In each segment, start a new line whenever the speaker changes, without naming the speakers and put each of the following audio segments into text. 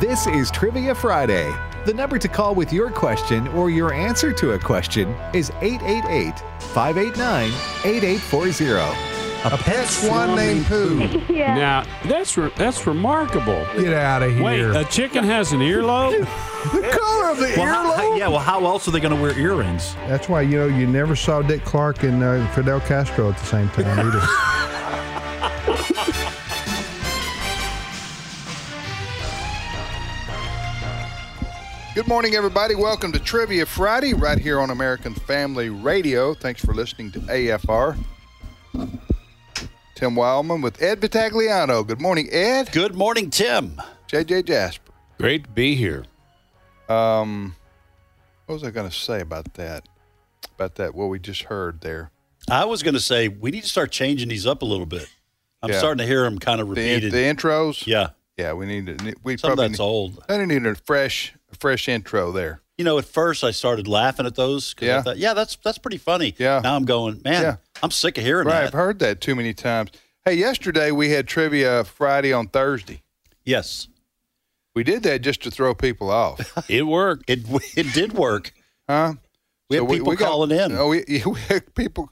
This is Trivia Friday. The number to call with your question or your answer to a question is 888 589 8840.
A pet
Swan named Pooh.
Yeah.
Now that's re- that's remarkable.
Get out of here.
Wait, a chicken has an earlobe?
The color of the
Well, how- how-
earlobe.
yeah, well, how else are they going to wear earrings?
That's why, you know, you never saw Dick Clark and uh, Fidel Castro at the same time either.
Good morning, everybody. Welcome to Trivia Friday right here on American Family Radio. Thanks for listening to AFR. Tim Wildman with Ed Vitagliano. Good morning, Ed.
Good morning, Tim.
JJ Jasper.
Great to be here.
Um, what was I going to say about that? About that, what we just heard there.
I was going to say we need to start changing these up a little bit. I'm
Yeah.
starting to hear them kind of
The, the
repeated.
intros.
yeah,
Yeah, we need to. We
some of
probably
that's
need,
old.
I need a fresh, a fresh intro there.
You know, at first I started laughing at those. 'cause I
Yeah.
thought, yeah, that's that's pretty funny.
Yeah.
Now I'm going, man,
Yeah.
I'm sick of hearing
Right, I've
that.
heard that too many times. Hey, yesterday we had Trivia Friday on Thursday.
Yes,
We did that just to throw people off.
It worked.
it it did work.
Huh?
We had people
got-
calling in.
Oh, we, we had people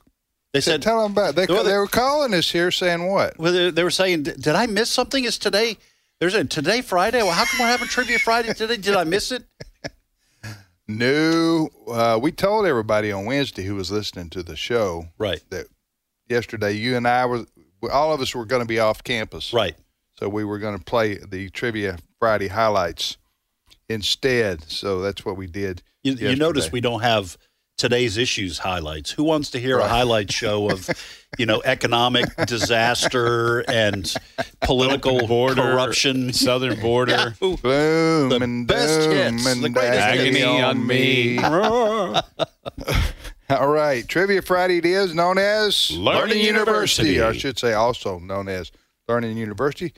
They
said,
said,
tell them about it. They,
Well, they-
they were calling us here saying what?
well, they, they were saying, "Did did I miss something? Is today? There's a today Friday. Well, how come we're having trivia Friday today? Did I miss it?
No. Uh, we told everybody on Wednesday who was listening to the show
Right,
that yesterday you and I were, all of us were going to be off campus.
right.
So we were going to play the Trivia Friday highlights instead. So that's what we did.
You, you notice
yesterday.
we don't have today's issues highlights. Who wants to hear a
Right.
highlight show of, you know, economic disaster and political
border,
corruption?
Southern border.
Boom
The
and
best
doom
hits,
and
the greatest
agony
Agony on me.
All right, Trivia Friday it is known as
Learning University.
I should say also known as Learning University.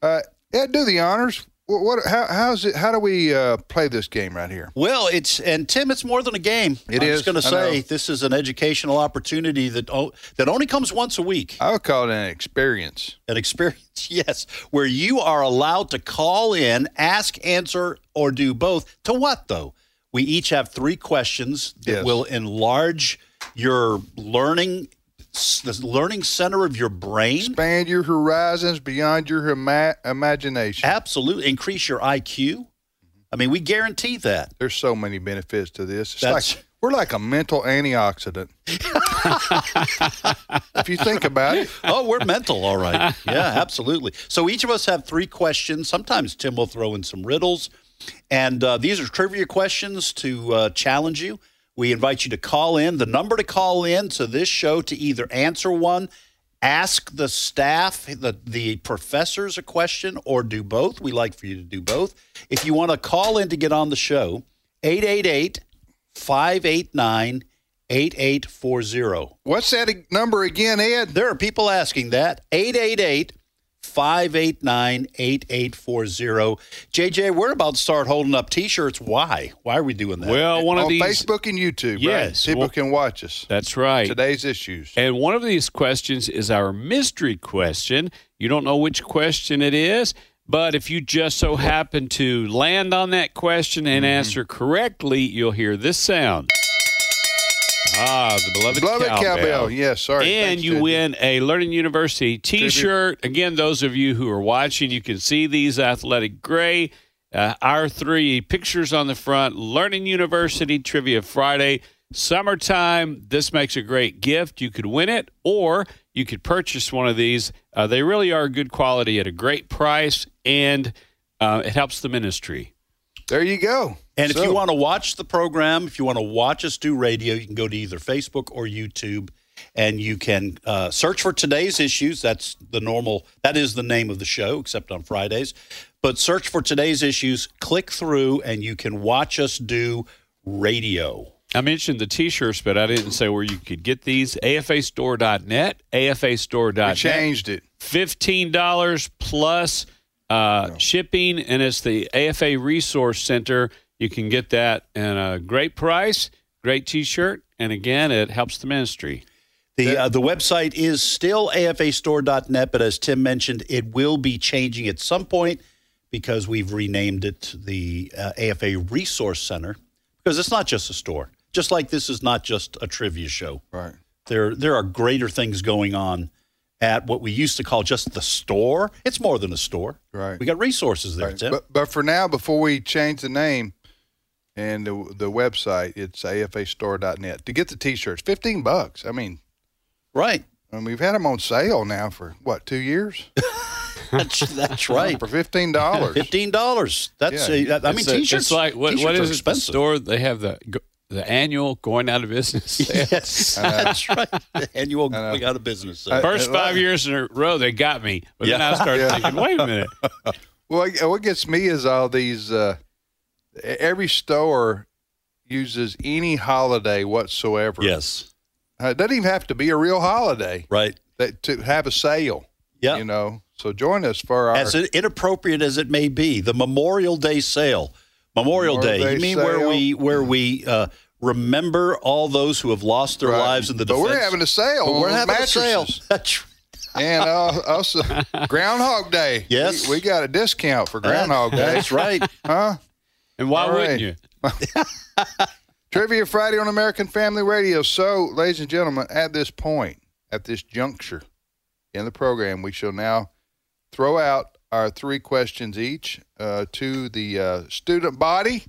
Uh, Ed, do the honors. What? what how, how's it? How do we uh, play this game right here?
Well, it's and Tim, it's more than a game.
It
I'm
is,
just going to
I
say
know.
this is an educational opportunity that o- that only comes once a week.
I would call it an experience.
An experience, yes, where you are allowed to call in, ask, answer, or do both. To what though? We each have three questions that
Yes.
will enlarge your learning, s- the learning center of your brain.
Expand your horizons beyond your ima- imagination.
Absolutely, increase your IQ. I mean, we guarantee that.
There's so many benefits to this. It's
That's-
like we're like a mental antioxidant. if you think about it,
oh, we're mental, all right. Yeah, absolutely. So each of us have three questions. Sometimes Tim will throw in some riddles, and uh, these are trivia questions to uh, challenge you. We invite you to call in. The number to call in to this show to either answer one, ask the staff, the, the professors a question, or do both. We like for you to do both. If you want to call in to get on the show, 888 589 8840.
what's that ag- number again, Ed?
There are people asking that. 888 589 8840. JJ, we're about to start holding up t shirts. Why? Why are we doing that?
Well, one
on
of these.
Facebook and YouTube.
Yes,
right? people
well-
can watch us.
That's right.
Today's issues.
And one of these questions is our mystery question. You don't know which question it is, but if you just so happen to land on that question
Mm-hmm.
and answer correctly, you'll hear this sound. Ah, the beloved,
Beloved
cowbell.
cowbell. Yes, sorry.
And
Thanks,
you
Ed.
win a Learning University t shirt. Again, those of you who are watching, you can see these athletic gray. Uh, our three pictures on the front Learning University Trivia Friday. Summertime, this makes a great gift. You could win it, or you could purchase one of these. Uh, they really are good quality at a great price, and uh, it helps the ministry.
There you go.
and if
So,
you want to watch the program, if you want to watch us do radio, you can go to either Facebook or YouTube and you can uh, search for today's issues. That's the normal, that is the name of the show, except on Fridays. But search for today's issues, click through, and you can watch us do radio.
I mentioned the t shirts, but I didn't say where you could get these. AFAstore.net, AFAstore.net.
we changed it.
fifteen dollars plus uh, shipping, and it's the AFA Resource Center. You can get that at a great price, great T-shirt, and again, it helps the ministry.
The uh, the website is still afastore.net, but as Tim mentioned, it will be changing at some point because we've renamed it the uh, AFA Resource Center because it's not just a store. Just like this is not just a trivia show.
Right.
There there are greater things going on at what we used to call just the store. It's more than a store.
Right.
We got resources there, Tim.
But but for now, before we change the name and the, the website, it's afastore.net to get the T-shirts. Fifteen bucks. I mean,
right.
and we've had them on sale now for what two years
That's, that's right.
for fifteen dollars.
Fifteen dollars. That's
Yeah,
a- I mean,
It's a-
t-shirts.
It's like what,
t-shirts
what
are
is it? The
expensive.
store they have the go- the annual going out of business. sale.
Yes, that's right. The annual going out of business. uh, sale.
First five years in a row, they got me. But then
Yeah.
I started thinking, wait a minute.
Well, I- what gets me is all these. Uh, e- every store uses any holiday whatsoever.
yes,
Uh, it doesn't even have to be a real holiday
right.
that, to have a sale.
Yeah.
You know, so join us for our.
as inappropriate as it may be, the Memorial Day sale. Memorial,
Memorial
Day.
Day
You mean where
sale.
we where we uh, remember all those who have lost their
Right.
lives in the
But
defense.
we're having a sale.
But we're
on
having a sale.
mattresses.
That's right.
and uh, also Groundhog Day.
Yes.
we, we got a discount for Groundhog Day,
That's right.
huh?
And why
All right.
wouldn't you?
Trivia Friday on American Family Radio. So, ladies and gentlemen, at this point, at this juncture in the program, we shall now throw out our three questions each uh, to the uh, student body.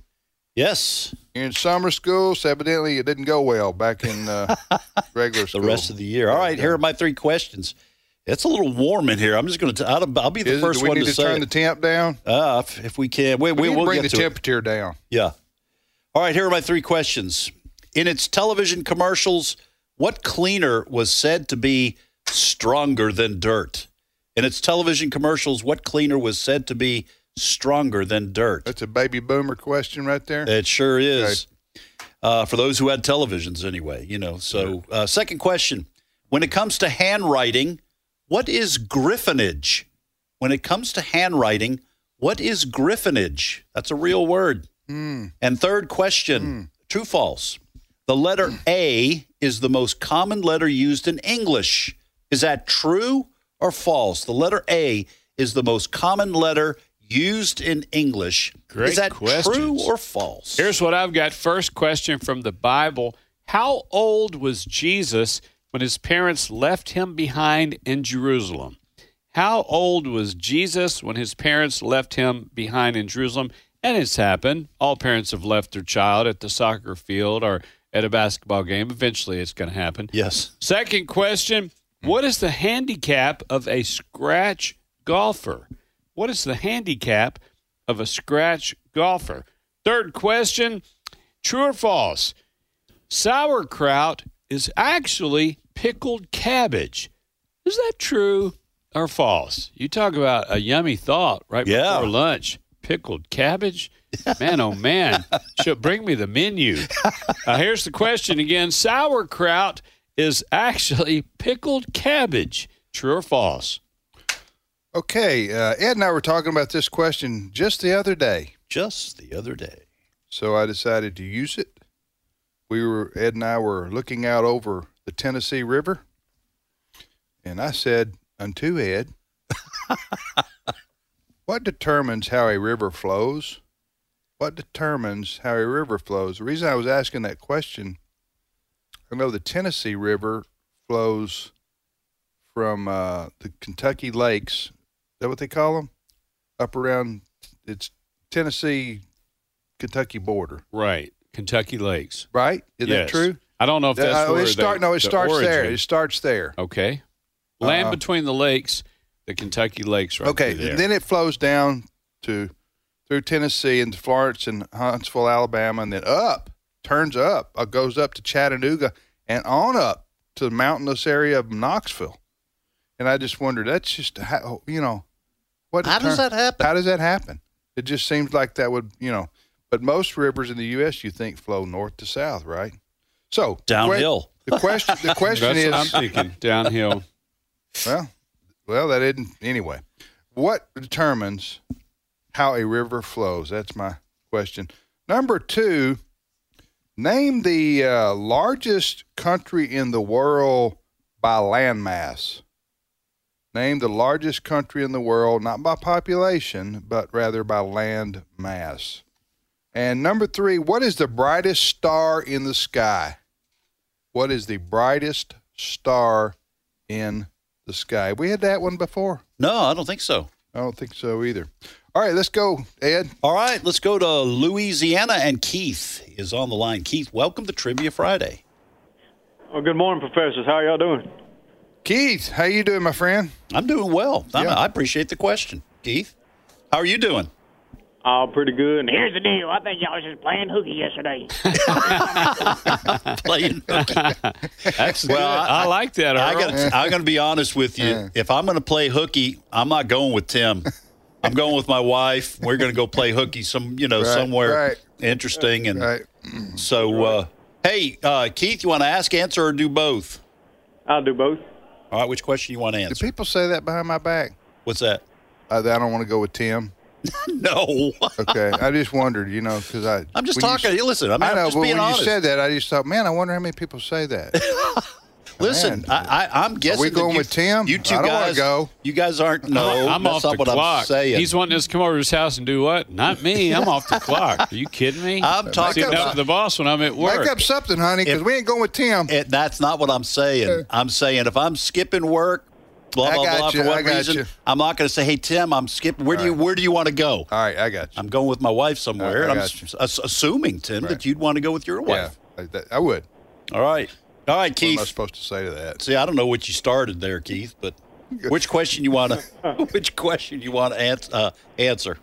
Yes,
You're in summer school, so evidently it didn't go well back in uh, regular
the
school.
rest of the year. All right, here are my three questions. It's a little warm in here. I'm just going to. I'll I'll be the
Is it-
first
do we
one
need
to
to,
say
turn
it.
the temp down?
Uh, if, if we can, we, we,
need to
will
bring
get
the
to it.
temperature down.
Yeah. All right. Here are my three questions. In its television commercials, what cleaner was said to be stronger than dirt? In its television commercials, what cleaner was said to be stronger than dirt?
That's a baby boomer question right there.
It sure is. Uh, for those who had televisions, anyway, you know. So, uh, second question: When it comes to handwriting, what is griffinage? When it comes to handwriting, what is griffinage? That's a real word. And third question: True, false? The letter A is the most common letter used in English. Is that true or false? The letter A is the most common letter used in English.
Great
is that true
questions.
or false?
Here's what I've got. First question from the Bible How old was Jesus when his parents left him behind in Jerusalem? How old was Jesus when his parents left him behind in Jerusalem? And it's happened. All parents have left their child at the soccer field or at a basketball game. Eventually, it's going to happen.
yes.
Second question What is the handicap of a scratch golfer? What is the handicap of a scratch golfer? Third question True or false? Sauerkraut is actually pickled cabbage. Is that true or false? You talk about a yummy thought right
Yeah.
before lunch. Pickled cabbage? Man, oh man. She'll bring me the menu. Uh, here's the question again sauerkraut is actually pickled cabbage. True or false?
Okay, uh, Ed and I were talking about this question just the other day,
Just the other day.
so I decided to use it. We were Ed and I were looking out over the Tennessee River, and I said unto Ed, "What determines how a river flows? What determines how a river flows?" The reason I was asking that question, I know the Tennessee River flows from uh, the Kentucky lakes. Is that what they call them? Up around it's Tennessee, Kentucky border,
Right. Kentucky Lakes.
right? Is
Yes.
that true?
I don't know if that's
Uh,
where
it
they-
start, no, it
the
starts there.
origin-
It starts there.
Okay. Land
Uh,
between the lakes, the Kentucky Lakes, right?
okay,
through there.
and then it flows down to through Tennessee and Florence and Huntsville, Alabama, and then up, turns up, uh, goes up to Chattanooga and on up to the mountainous area of Knoxville. And I just wondered, that's just how you know what
How does
deter-
that happen?
How does that happen? It just seems like that would, you know, but most rivers in the U.S. you think flow north to south, right? So
Downhill.
The question, the question
That's
is,
what I'm thinking. Downhill.
well, well, that isn't anyway. What determines how a river flows? That's my question. Number two, name the uh, largest country in the world by landmass. Name the largest country in the world, not by population, but rather by land mass. And number three, what is the brightest star in the sky? What is the brightest star in the sky? We had that one before.
No, I don't think so.
I don't think so either. All right, let's go, Ed.
All right, let's go to Louisiana, and Keith is on the line. Keith, welcome to Trivia Friday.
Well, Oh, good morning, professors. How y'all doing?
Keith, how you doing, my friend?
I'm doing well. I'm-
Yeah.
I appreciate the question, Keith. How are you doing?
All pretty good. And
Here's the deal. I think y'all was just playing hooky yesterday.
Playing.
That's
Well,
good. I,
I-
like that.
I
Earl.
got. I'm going to be honest with you. If I'm going to play hooky, I'm not going with Tim. I'm going with my wife. We're going to go play hooky some, you know,
Right,
somewhere
right.
interesting. And
All right.
so, uh, hey, uh, Keith, you want to ask, answer, or do both?
I'll do both.
All right, which question you want to
Do
answer?
people say that behind my back?
What's that?
I, I don't want to go with Tim.
No,
Okay, I just wondered, you know, because I
I'm just
when you
talking.
s-
Hey, listen, I'm,
I
I'm
know,
just
but
being
when
honest.
you said that, I just thought, man, I wonder how many people say that.
listen,
man,
I, I, I'm guessing. that
going
you-
with Tim?
You two
I don't wanna
guys,
go.
you guys aren't. No,
I'm
that's
off
not
the
what
clock.
I'm saying.
He's wanting us to come over to his house and do what? Not me. I'm off the clock. Are you kidding me?
I'm talking
sitting up
about-
to the boss when I'm at work.
Make up something, honey, because
If-
we ain't going with Tim.
It, Eh, that's not what I'm saying. I'm saying if I'm skipping work, blah
I
blah
got
blah
you, I
for what
got
reason,
you.
I'm not going to say, "Hey Tim, I'm skipping." Where do you Where do you want to go?
All right, I got you.
I'm going with my wife somewhere.
I
and I'm
got you.
s- ass- assuming Tim that you'd want to go with your
yeah,
wife.
I, that- I would.
All right, all right,
What am I
Keith.
supposed to say to that?
See, I don't know what you started there, Keith, but which question you want to which question you want to ans- uh, answer?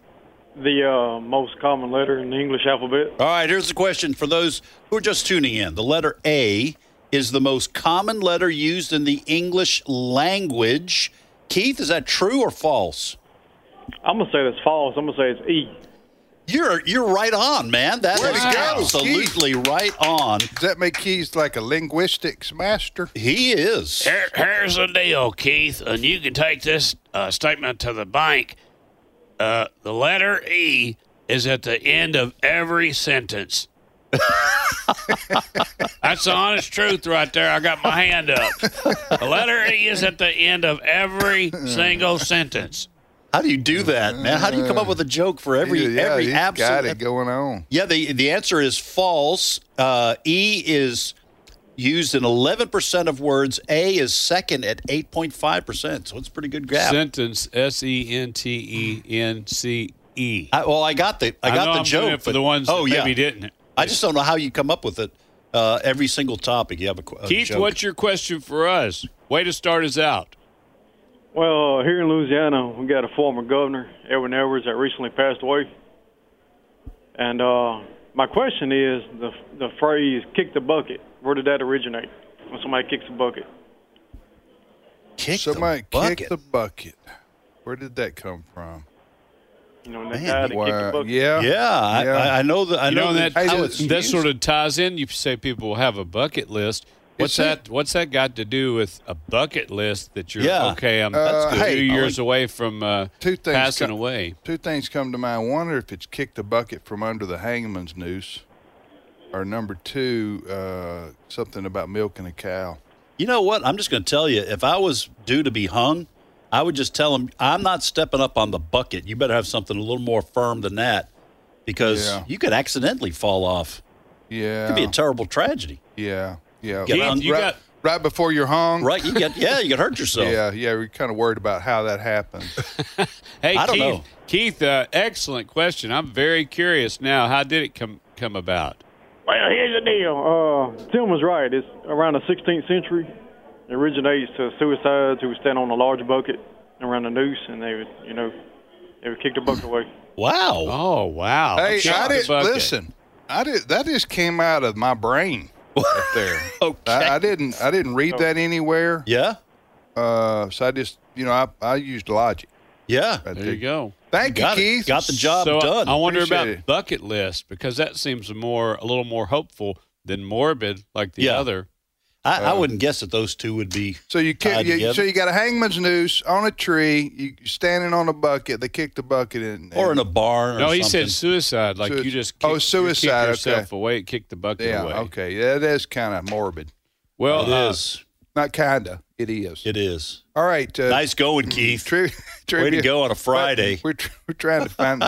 The uh, most common letter in the English alphabet.
All right, here's the question for those who are just tuning in. The letter A is the most common letter used in the English language. Keith, is that true or false?
I'm gonna say that's false. I'm gonna say it's E.
You're you're right on, man. That
Way to
is
go,
absolutely right on.
Does that make Keys like a linguistics master?
He is.
Here, here's the deal, Keith, and you can take this uh, statement to the bank. Uh, the letter E is at the end of every sentence. That's the honest truth right there. I got my hand up. The letter E is at the end of every single sentence.
How do you do that, man? How do you come up with a joke for every
yeah,
every
he's
absolute?
got it going on.
Yeah, the the answer is false. Uh, e is used in 11% of words. A is second at 8.5%. So it's a pretty good gap.
Sentence S E N T E N C E.
I, well, I got the I got
know
the
I'm
joke
doing it for
but-
the ones
Oh
that
yeah,
maybe didn't.
I just don't know how you come up with it. Uh, every single topic you have a, qu- a
Keith,
joke.
what's your question for us? Way to start us out.
Well, uh, here in Louisiana, we got a former governor, Edwin Edwards, that recently passed away. And uh, my question is the the phrase "kick the bucket." Where did that originate? When somebody kicks a bucket.
kick
Somebody
the bucket?
kick the bucket. Where did that come from?
You know, when they
Man,
died, they kicked the
Well,
bucket.
yeah.
yeah,
Yeah.
I, I know that. I
You know,
know
that
Hey,
that
it's used.
sort of ties in. You say people have a bucket list. What's
It's a-
that? What's that got to do with a bucket list that you're
Yeah.
okay? I'm
That's
two
good. Uh, hey, I
years away from uh,
Two things
passing
co-
away.
Two things come to mind. One, if it's kicked the bucket from under the hangman's noose, or number two, uh, something about milking a cow.
You know what? I'm just going to tell you. If I was due to be hung, I would just tell him I'm not stepping up on the bucket. You better have something a little more firm than that, because
Yeah.
you could accidentally fall off. It
Yeah.
could be a terrible tragedy,
yeah. Yeah.
Keith,
right,
you
right-
got-
right before you're hung.
right? You get yeah, you could hurt yourself.
Yeah. Yeah. We're kind of worried about how that happened.
Hey,
I don't
Keith,
know.
Keith, uh, excellent question. I'm very curious now. How did it come come about?
well, here's the deal.
Uh, Tim was right. It's around the 16th century. It originates to suicides who would stand on a large bucket around a noose, and they would, you know, they would kick the bucket away.
Wow.
Oh wow!
hey,
Kick
I
the
didn't
bucket.
listen. I did. That just came out of my brain. Up there.
Okay. Oh.
I, I didn't. I didn't read that anywhere.
Yeah.
Uh, so I just, you know, I, I used logic.
Yeah.
I
There
think.
you go.
Thank you,
Got it.
Keith.
Got the job
so I-
done.
I, wonder
Appreciate
about
it.
bucket list because that seems more a little more hopeful than morbid, like the
Yeah.
other.
I, I wouldn't guess that those two would be.
So you kick,
tied
you,
together.
so you got a hangman's noose on a tree. You you're standing on a bucket. They kick the bucket in,
Or in a barn. Or
No, he
something.
said suicide. Like
Suicide.
you just kick,
Oh,
you kick
suicide, okay.
yourself away, kick the bucket
yeah.
away.
Okay, that is kind of morbid.
Well,
It
uh,
is.
Not kinda. It is.
It is.
All right. Uh,
Nice going, Keith.
Tri-
Way to
trivia-
go on a
but
Friday.
We're, tr- we're trying to find.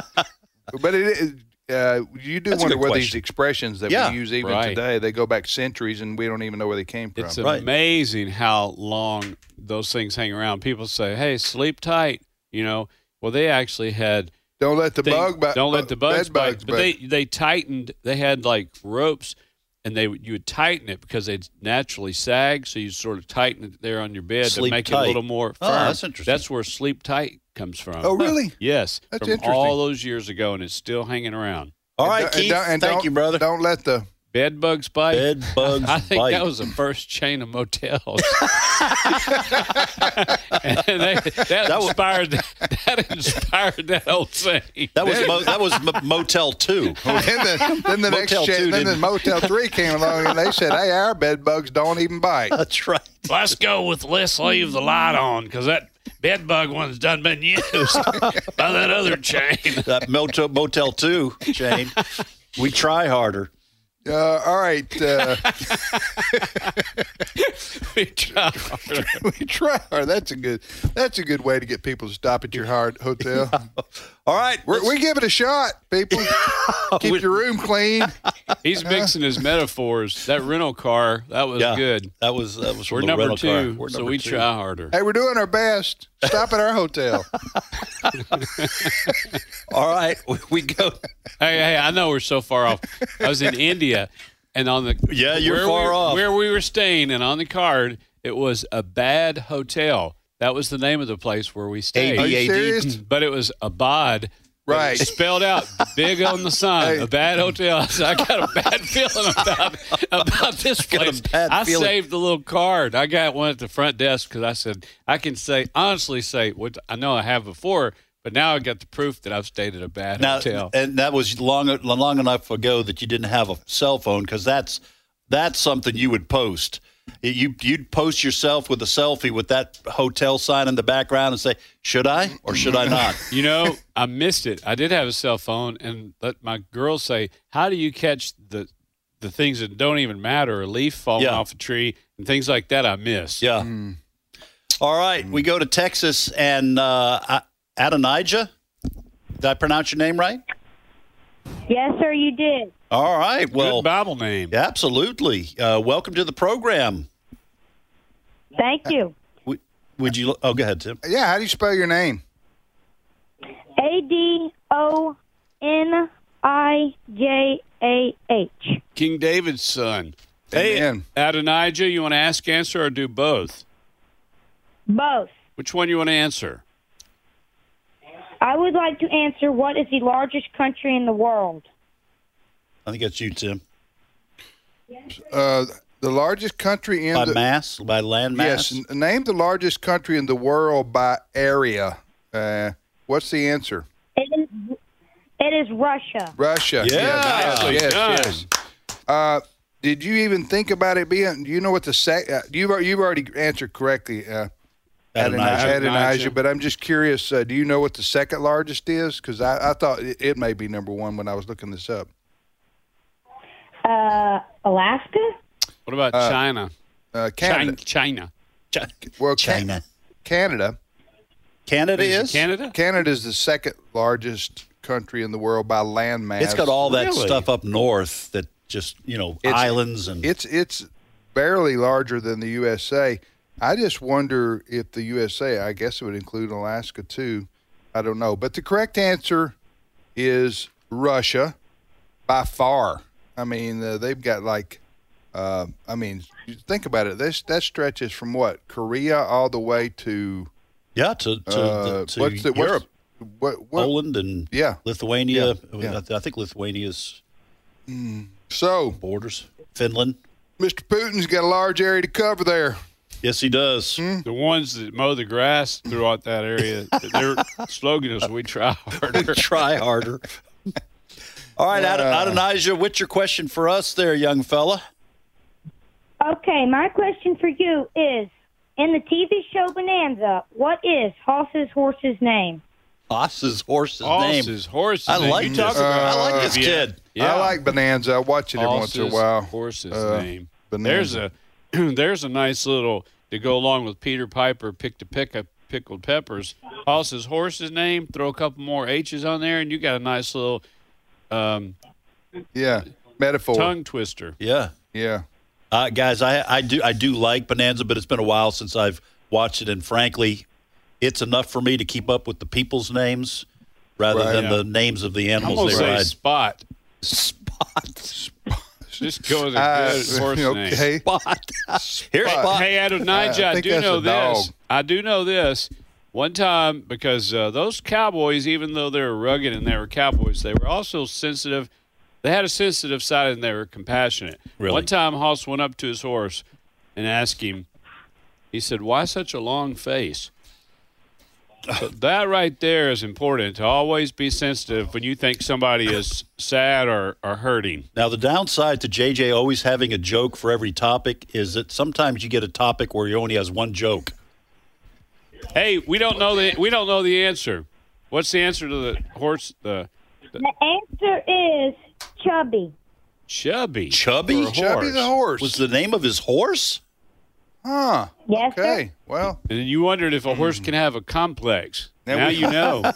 but it is. Uh, you do
That's a
wonder
good
where these
question.
expressions that
Yeah.
we use even
Right.
today they go back centuries and we don't even know where they came from.
It's
Right.
amazing how long those things hang around. People say, "Hey, sleep tight," you know. Well, they actually had
don't let the
thing-
bug bite.
don't let the bugs
bed
bite.
bugs
but they they tightened. They had like ropes, and they you would tighten it because they'd naturally sag. So you sort of tighten it there on your bed
Sleep
to make it
tight.
a little more firm.
Oh, that's interesting.
That's where sleep tight comes from.
Oh, really?
Yes,
That's
from
interesting.
all those years ago, and it's still hanging around.
And
All right,
don't- and
Keith.
don't- and
thank
don't-
you, brother.
Don't let the
Bed bugs bite.
Bed bugs
I think
bite.
that was the first chain of motels. and they, that,
was-
inspired that, inspired that old saying.
that was mo- that was m- Motel Two.
then the, then the next
Motel
cha-
two
then the
didn't.
Motel Three came along and they said, "Hey, our bed bugs don't even bite."
That's right.
Let's go with let's leave the light on because that bed bug one's done been used by that other chain.
That Motel Motel Two chain. We try harder.
Uh, all right, uh,
We tried hard.
we try. hard. That's a good. That's a good way to get people to stop at your hard hotel.
All right,
We're, we give it a shot, people. Keep your room clean.
He's
Uh-huh.
mixing his metaphors. That rental car, that was
Yeah.
good.
That was that was from
We're
the
number
rental
two,
car.
so
number
we
two.
try harder.
Hey, we're doing our best. Stop at our hotel.
All right, we- we go.
Hey, hey, I know we're so far off. I was in India, and on the
Yeah, you're
where
far
we,
off.
where we were staying, and on the card it was a bad hotel. That was the name of the place where we stayed.
Are
ABA.
you
EAD.
serious?
but it was Abad. but
Right.
it's Spelled out big on the sign. A bad hotel. I said, I got a bad feeling about about this
got a
place.
bad
I
feeling.
saved the little card. I got one at the front desk because I said I can say honestly say what I know I have before, but now I got the proof that I've stayed at a bad
Now, eh,
hotel.
and that was long long enough ago that you didn't have a cell phone because that's that's something you would post. You you'd post yourself with a selfie with that hotel sign in the background and say, "Should I or should I not?"
You know, I missed it. I did have a cell phone, and let my girls say, "How do you catch the the things that don't even matter? A leaf falling
Yeah.
off a tree and things like that." I miss.
Yeah.
Hmm.
All right, we go to Texas and uh, A- Adonijah. Did I pronounce your name right?
Yes, sir, you did.
All right. Well,
Good Bible name.
absolutely. Uh, welcome to the program.
Thank you.
Would, would you? Oh, go ahead, Tim.
Yeah. How do you spell your name?
A D O N I J A H.
King David's son.
Amen.
Adonijah, you want to ask, answer, or do both?
Both.
Which one you want to answer?
I would like to answer what is the largest country in the world?
I think that's you, Tim.
Uh, the largest country in
By
the
mass, by land mass.
uh, yes. n- Name the largest country in the world by area. Uh, what's the answer?
It is, it is Russia.
Russia. Yes.
Nicely
Yes.
done.
yes. Uh, did you even think about it being? Do you know what the sec? Uh, you've al- you've already answered correctly. Uh,
Adonijah.
Adonijah.
Adonijah.
But I'm just curious. Uh, do you know what the second largest is? Because I, I thought it, it may be number one when I was looking this up.
Uh, Alaska?
What about China?
Uh,
China?
Canada.
China.
Well, Ca-
China.
Canada.
Canada is.
Canada?
Canada is the second largest country in the world by land mass.
It's got all that
Really?
stuff up north that just you know
It's-
islands and
It's it's barely larger than the USA. I just wonder if the USA. I guess it would include Alaska too. I don't know, but the correct answer is Russia by far. I mean, uh, they've got like. Uh, I mean, you think about it. This that stretches from what Korea all the way to,
yeah to to,
uh,
to
what's the
Europe,
What's, what, what,
Poland and
Yeah.
Lithuania.
Yeah, yeah.
I th- I think Lithuania's
So,
borders. Finland.
Mr. Putin's got a large area to cover there.
Yes, he does.
The ones that mow the grass throughout that area, their slogan is "We try harder."
Try harder. All right, Ad- Adonijah, what's your question for us, there, young fella?
Okay, my question for you is in the TV show Bonanza, what is Hoss's horse's name?
Hoss's horse's name.
Horses, horses.
I
name.
like
You
this.
talk about-
I like this
Yeah.
kid.
Yeah.
I like Bonanza. I watch it every once in a
Horses,
while.
Horses
Uh,
name.
Bonanza.
There's a there's a nice little to go along with Peter Piper picked a pick of pickled peppers. Hoss's horse's name. Throw a couple more H's on there, and you got a nice little um,
Yeah. Metaphor.
tongue twister.
Yeah.
Yeah.
Uh, guys, I, I do I do like Bonanza, but it's been a while since I've watched it, and frankly, it's enough for me to keep up with the people's names rather
Right.
than
Yeah.
the names of the
I'm
animals
gonna
they
say
ride.
spot.
Spot,
Just go with a
Uh,
good horse name.
okay.
spot. Here,
Spot. Uh,
Hey, Adonijah,
I
I,
think
do
that's
know
a dog.
this. I do know this. One time, because uh, those cowboys, even though they were rugged and they were cowboys, they were also sensitive. They had a sensitive side and they were compassionate.
Really?
One time, Hoss went up to his horse and asked him, he said, Why such a long face? So that right there is important to always be sensitive when you think somebody is sad or, or hurting.
Now, the downside to JJ always having a joke for every topic is that sometimes you get a topic where he only has one joke.
Hey, we don't know the we don't know the answer. What's the answer to the horse the
The answer is chubby.
chubby?
Chubby
For a
Chubby the horse.
was the name of his horse.
huh.
Yes, sir.
Okay. Well,
And you wondered if a horse can have a complex.
Hmm. Now
now
we-
you know.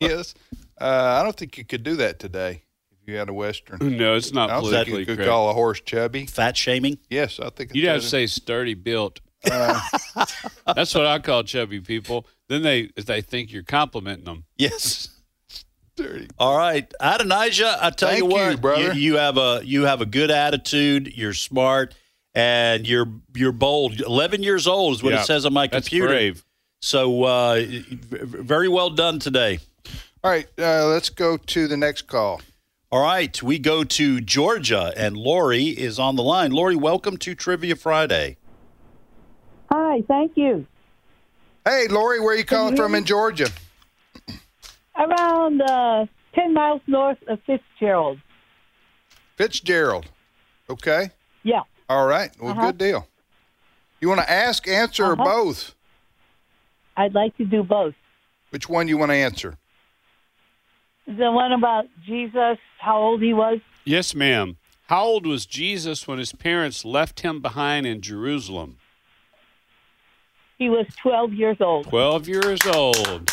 yes. Uh, I don't think you could do that today if you had a Western.
no, it's
I
not
don't think
politically
you could
correct.
call a horse chubby.
Fat shaming.
Yes, I think it's
You'd have
better.
to say sturdy built.
Uh.
That's what I call chubby people. Then they they think you're complimenting them.
Yes. All right, Adonijah. I tell
Thank
you what,
you, brother.
You, have a you have a good attitude. You're smart, and you're you're bold. Eleven years old is what
Yeah,
it says on my
That's
computer.
brave.
So uh, v- very well done today.
All right, uh, let's go to the next call.
All right, we go to Georgia, and Lori is on the line. Lori, welcome to Trivia Friday.
Hi, thank you.
Hey, Lori, where are you calling from in Georgia?
Around uh, 10 miles north of Fitzgerald.
Fitzgerald. Okay.
Yeah.
All right. Well,
Uh-huh.
good deal. You want to ask, answer, or
Uh-huh.
both?
I'd like to do both.
Which one you want to answer?
The one about Jesus, how old he was.
Yes, ma'am. How old was Jesus when his parents left him behind in Jerusalem?
He was 12 years old.
12 years old,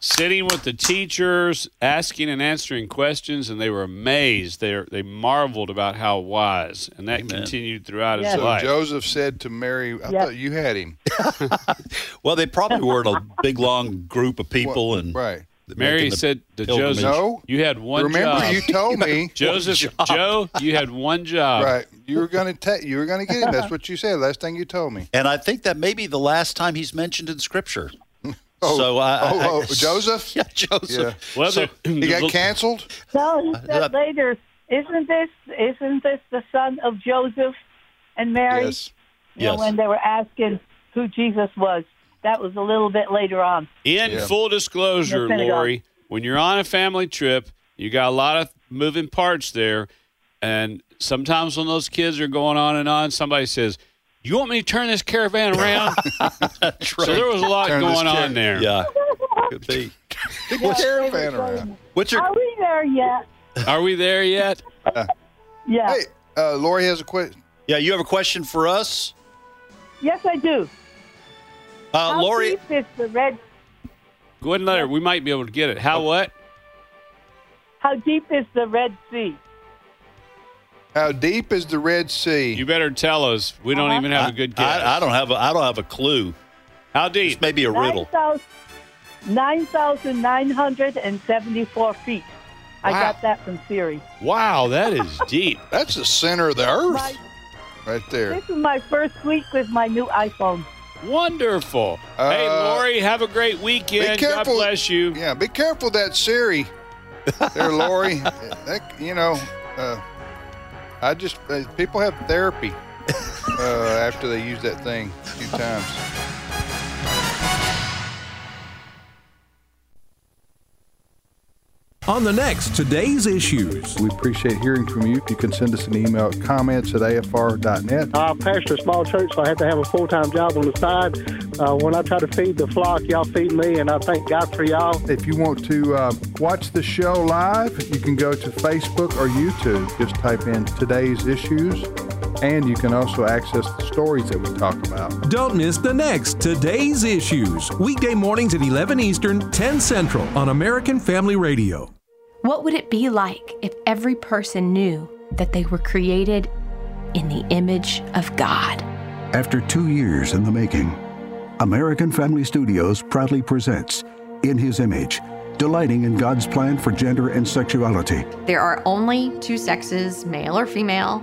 sitting with the teachers, asking and answering questions, and they were amazed. They, they marveled about how wise, and that continued throughout
Yes.
his
So
life.
Joseph said to Mary, I
Yep.
thought you had him.
Well, they probably were in a big long group of people, and
Right.
Mary
making the
said to
pilgrimage.
Joseph,
No.
You had one
Remember,
job.
you told me.
Joseph, Joe, you had one job.
right. You were going to take. You were going to get him. That's what you said. Last thing you told me.
and I think that may be the last time he's mentioned in Scripture.
Oh,
so I,
oh,
I-
oh, Joseph?
yeah, Joseph.
Whether,
He got canceled.
No, he
Uh,
said later, isn't this isn't this the son of Joseph and Mary?
Yes.
You know,
Yes.
when they were asking who Jesus was. That was a little bit later on.
In
Yeah.
full disclosure,
Yes, Senator.
Lori, when you're on a family trip, you got a lot of moving parts there. And sometimes when those kids are going on and on, somebody says, You want me to turn this caravan around? So there was a lot
Turn this
going
car-
on there.
Yeah, could be.
Big caravan around.
What's your
Are we there yet?
Are we there yet?
Yeah.
Hey, uh, Lori has a question.
yeah? You have a question for us,
Yes, I do.
uh,
how
Lori?
deep is the red?
Go ahead and let her. We might be able to get it. How what?
How deep is the Red Sea?
How deep is the Red Sea?
You better tell us. We don't even have a good guess.
I, I don't have a I don't have a clue.
How
This
deep?
may be a riddle.
9,974 feet. I
Wow.
got that from Siri.
Wow, that is deep.
That's the center of the earth,
Right.
right there.
This is my first week with my new iPhone.
Wonderful. hey,
Uh,
Lori, have a great weekend. God
careful.
bless you.
Yeah, be careful with that Siri, there, Lori. that, you know, uh, I just uh, people have therapy uh, after they use that thing a few times.
On the next Today's Issues.
We appreciate hearing from you. You can send us an email at comments at afr.net.
Uh, I pastor a small church, so I have to have a full time job on the side. Uh, when I try to feed the flock, y'all feed me, and I thank God for y'all.
If you want to uh, watch the show live, you can go to Facebook or YouTube. Just type in today's issues and you can also access the stories that we talk about.
Don't miss the next Today's Issues, weekday mornings at 11 Eastern, 10 Central on American Family Radio.
What would it be like if every person knew that they were created in the image of God?
After two years in the making, American Family Studios proudly presents In His Image, delighting in God's plan for gender and sexuality.
There are only two sexes, male or female.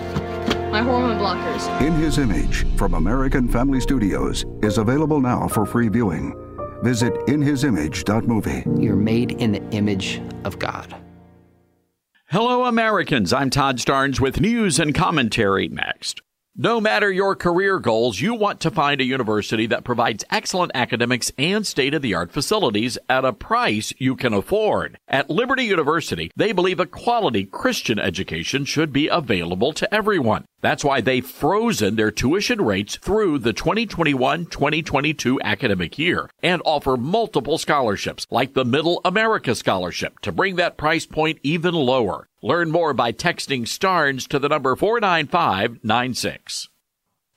my hormone blockers.
In His Image from American Family Studios is available now for free viewing. Visit inhisimage.movie.
You're made in the image of God.
Hello, Americans. I'm Todd Starnes with news and commentary next. No matter your career goals, you want to find a university that provides excellent academics and state of the art facilities at a price you can afford. At Liberty University, they believe a quality Christian education should be available to everyone. That's why they've frozen their tuition rates through the 2021 2022 academic year and offer multiple scholarships, like the Middle America Scholarship, to bring that price point even lower. Learn more by texting STARNS to the number 49596.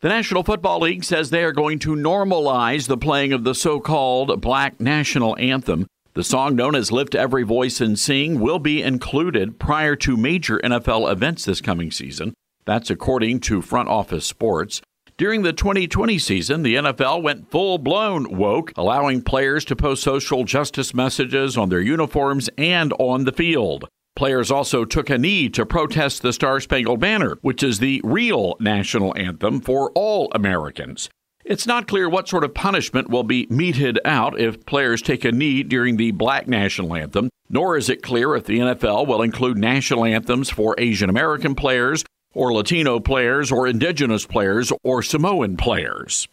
The National Football League says they are going to normalize the playing of the so called Black National Anthem. The song known as Lift Every Voice and Sing will be included prior to major NFL events this coming season. That's according to Front Office Sports. During the 2020 season, the NFL went full blown woke, allowing players to post social justice messages on their uniforms and on the field. Players also took a knee to protest the Star Spangled Banner, which is the real national anthem for all Americans. It's not clear what sort of punishment will be meted out if players take a knee during the black national anthem, nor is it clear if the NFL will include national anthems for Asian American players, or Latino players, or indigenous players, or Samoan players.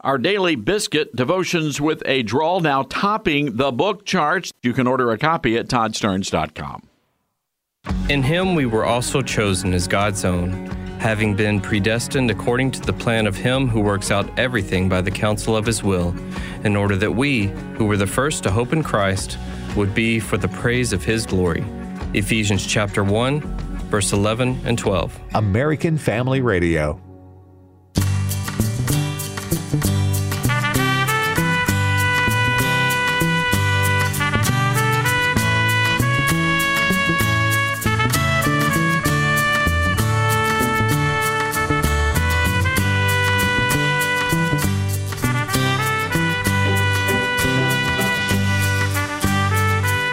Our daily biscuit devotions with a drawl now topping the book charts. You can order a copy at toddsterns.com.
In him we were also chosen as God's own, having been predestined according to the plan of him who works out everything by the counsel of his will, in order that we, who were the first to hope in Christ, would be for the praise of his glory. Ephesians chapter 1, verse 11 and 12.
American Family Radio.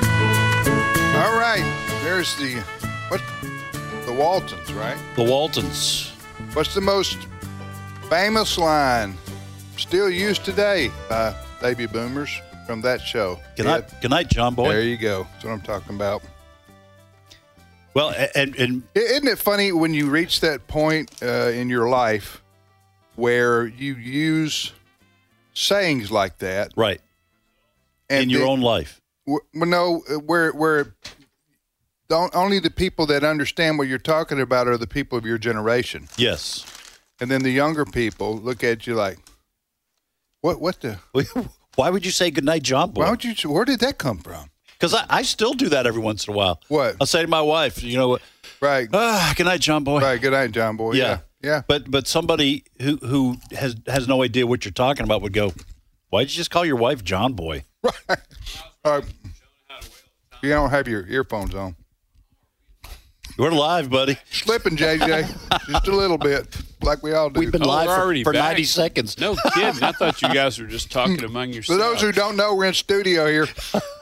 All right, there's the what? The Waltons, right?
The Waltons.
What's the most famous line still used today by baby boomers from that show?
Good night, good night, John Boy.
There you go. That's what I'm talking about.
Well, a- and, and
I- Isn't it funny when you reach that point uh, in your life where you use sayings like that?
Right. in your
then-
own life.
w- Well, no, uh, where where don't, only the people that understand what you're talking about are the people of your generation,
Yes.
and then the younger people look at you like, "What? What the?
Why would you say good night, John Boy?
Why would you? Where did that come from?"
Because I, I still do that every once in a while.
What?
I'll say to my wife, you know,
Right,
ah, good night, John Boy.
right. Good night, John Boy.
Yeah.
yeah.
But but somebody who who has has no idea what you're talking about would go, why'd you just call your wife John Boy?
All right. You don't have your earphones on.
We're live, buddy.
Slipping, JJ, just a little bit, like we all do.
We've been live
Oh, we're
for,
already
for
back.
90 seconds.
No kidding. I thought you guys were just talking among
For
yourselves.
those who don't know, we're in studio here,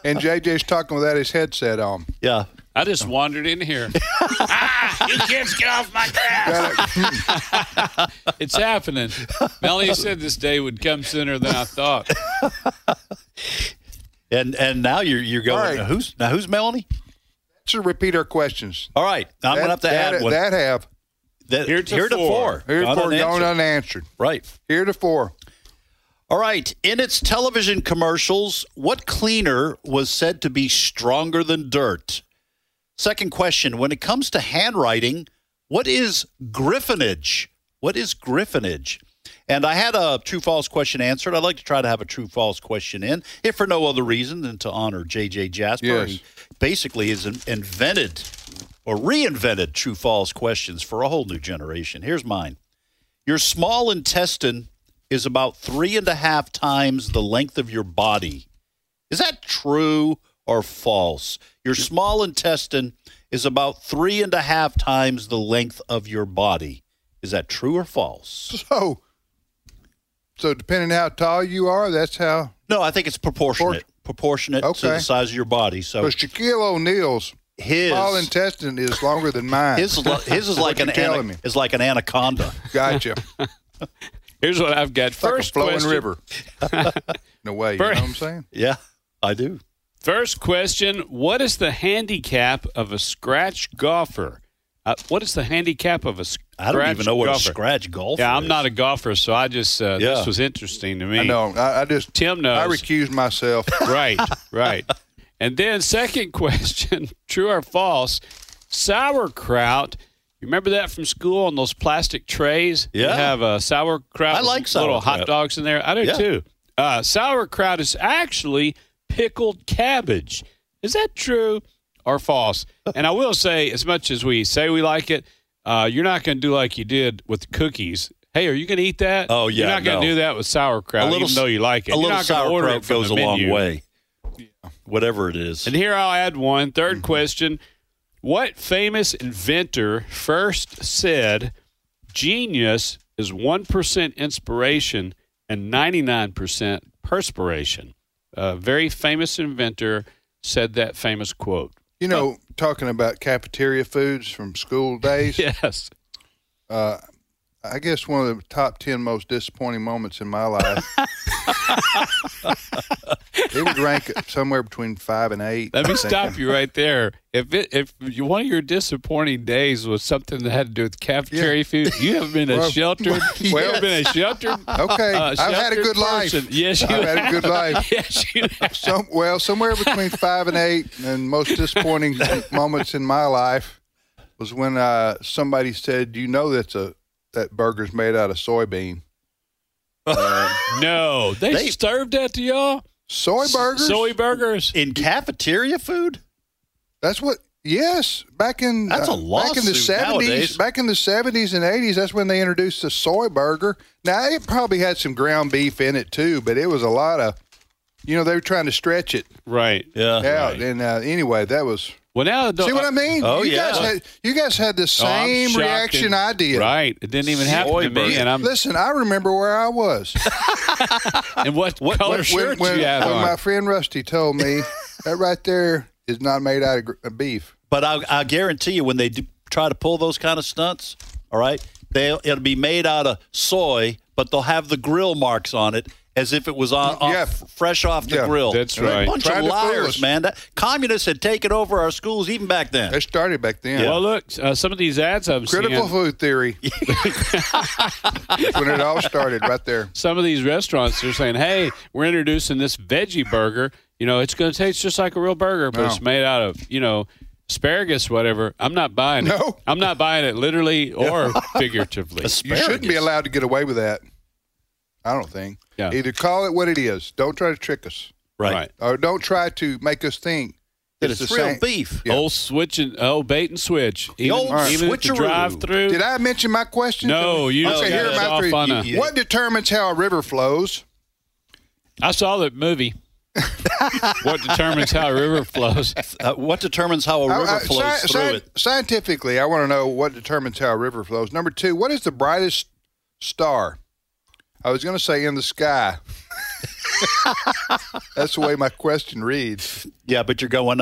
and JJ's talking without his headset on.
Yeah.
I just wandered in here.
You kids get off my grass.
It's happening. Melanie said this day would come sooner than I thought.
And and now you're you're going.
All right.
Now who's now who's Melanie?
Let's repeat our questions.
All right. Now I'm
That-
gonna have to
that,
add one.
That have.
That,
Heretofore. Heretofore gone unanswered.
Right.
Heretofore.
All right. In its television commercials, what cleaner was said to be stronger than dirt? Second question When it comes to handwriting, what is griffinage? What is griffinage? And I had a true false question answered. I'd like to try to have a true false question in, if for no other reason than to honor J.J. Jasper.
Yes.
He basically has in- invented or reinvented true false questions for a whole new generation. Here's mine Your small intestine is about three and a half times the length of your body. Is that true or false? Your small intestine is about three and a half times the length of your body. Is that true or false?
So, so depending how tall you are, that's how.
No, I think it's proportionate. Proportionate to
Okay.
the size of your body. So
But Shaquille O'Neal's
Oh. His-
small intestine is longer than mine.
his is lo- his is
What
like
you're
an
telling
ana- is like an anaconda.
Gotcha.
Here's what I've got.
like a
First
flowing
question.
river. No way. You know
First-
what I'm saying?
Yeah, I do.
First question What is the handicap of a scratch golfer? Uh, what is the handicap of a scratch
I don't even know what a
golfer?
scratch golf.
Yeah, I'm not a golfer, so I just, uh,
Yeah.
this was interesting to me.
I know. I, I just.
Tim knows.
I recuse myself.
Right, right. And then second question, true or false, sauerkraut. You remember that from school on those plastic trays?
Yeah.
You have uh, sauerkraut.
I
with
like
Little
sauerkraut.
hot dogs in there. I do
Yeah.
too. Uh, sauerkraut is actually pickled cabbage. Is that true or false? and I will say, as much as we say we like it, uh, you're not going to do like you did with the cookies. Hey, are you going to eat that?
Oh, yeah,
You're not going
no.
to do that with sauerkraut, even though you like it.
A
You're
little
not gonna order
sauerkraut
it from
goes a
the
long
menu.
way. Whatever it is.
And here I'll add one third question. What famous inventor first said genius is 1% inspiration and 99% perspiration? A very famous inventor said that famous quote.
You know, talking about cafeteria foods from school days.
Yes.
Uh, I guess one of the top ten most disappointing moments in my life. it would rank somewhere between five and eight.
Let
I
me
think.
stop you right there. If it, if you, one of your disappointing days was something that had to do with cafeteria food, you have been a
Well,
sheltered. You
well,
have been a sheltered.
Okay,
uh,
I've had a
sheltered
good life.
person. Yes, you
I've had a good life.
yes, you have.
Some, well, somewhere between five and eight, and most disappointing moments in my life was when uh, somebody said, "You know that's a that burger's made out of soybean." Uh,
No, they,
They-
served that to y'all.
soy burgers.
Soy burgers.
In cafeteria food?
That's what. Yes, back in
That's a
uh, back in the
lawsuit nowadays.
seventies, back in the seventies and eighties. That's when they introduced the soy burger. Now it probably had some ground beef in it too, but it was a lot of, you know, they were trying to stretch it
Right.
Yeah.
out. And uh, anyway, that was
Well, now
see what I mean.
Oh,
you
yeah.
guys had you guys had the
Oh, I'm
same
shocked
reaction
and-
I did.
Right. It didn't even happen
Soy
to me.
burger.
And I'm
Listen, I remember where I was
and what, color shirt
when,
you had
when
on?
my friend Rusty told me that right there is not made out of gr- of beef.
But I, I guarantee you, when they do try to pull those kind of stunts, all right, they it'll be made out of soy, but they'll have the grill marks on it as if it was on off,
Yeah.
fresh off the
Yeah.
grill.
That's
They're
right.
A bunch
Tried to
of
fool
liars,
us.
man. That, communists had taken over our schools even back then.
It started back then.
Well, look, uh, some of these ads I'm
Critical
seeing.
food theory. That's when it all started, right there.
some of these restaurants are saying, "Hey, we're introducing this veggie burger. You know, it's going to taste just like a real burger, but it's
No.
made out of you know asparagus, whatever." I'm not buying it.
No.
I'm not buying it, literally or figuratively.
You shouldn't be allowed to get away with that. I don't think.
Yeah.
Either call it what it is. Don't try to trick us,
Right.
Right.
or don't try to make us think
That it's,
the
real
same.
beef.
Yeah.
Old switch and old bait and switch.
old switcheroo.
drive through.
Did I mention my question?
No, you
okay.
just
Here
got
are my
off
three.
on a-
You-
What determines how a river flows?
I saw that movie. what determines how a river flows?
Uh, what determines how a river
I- I-
flows
sci-
through
sci-
it?
Scientifically, I want to know what determines how a river flows. Number two, what is the brightest star? I was going to say in the sky. That's the way my question reads.
Yeah, but you're going.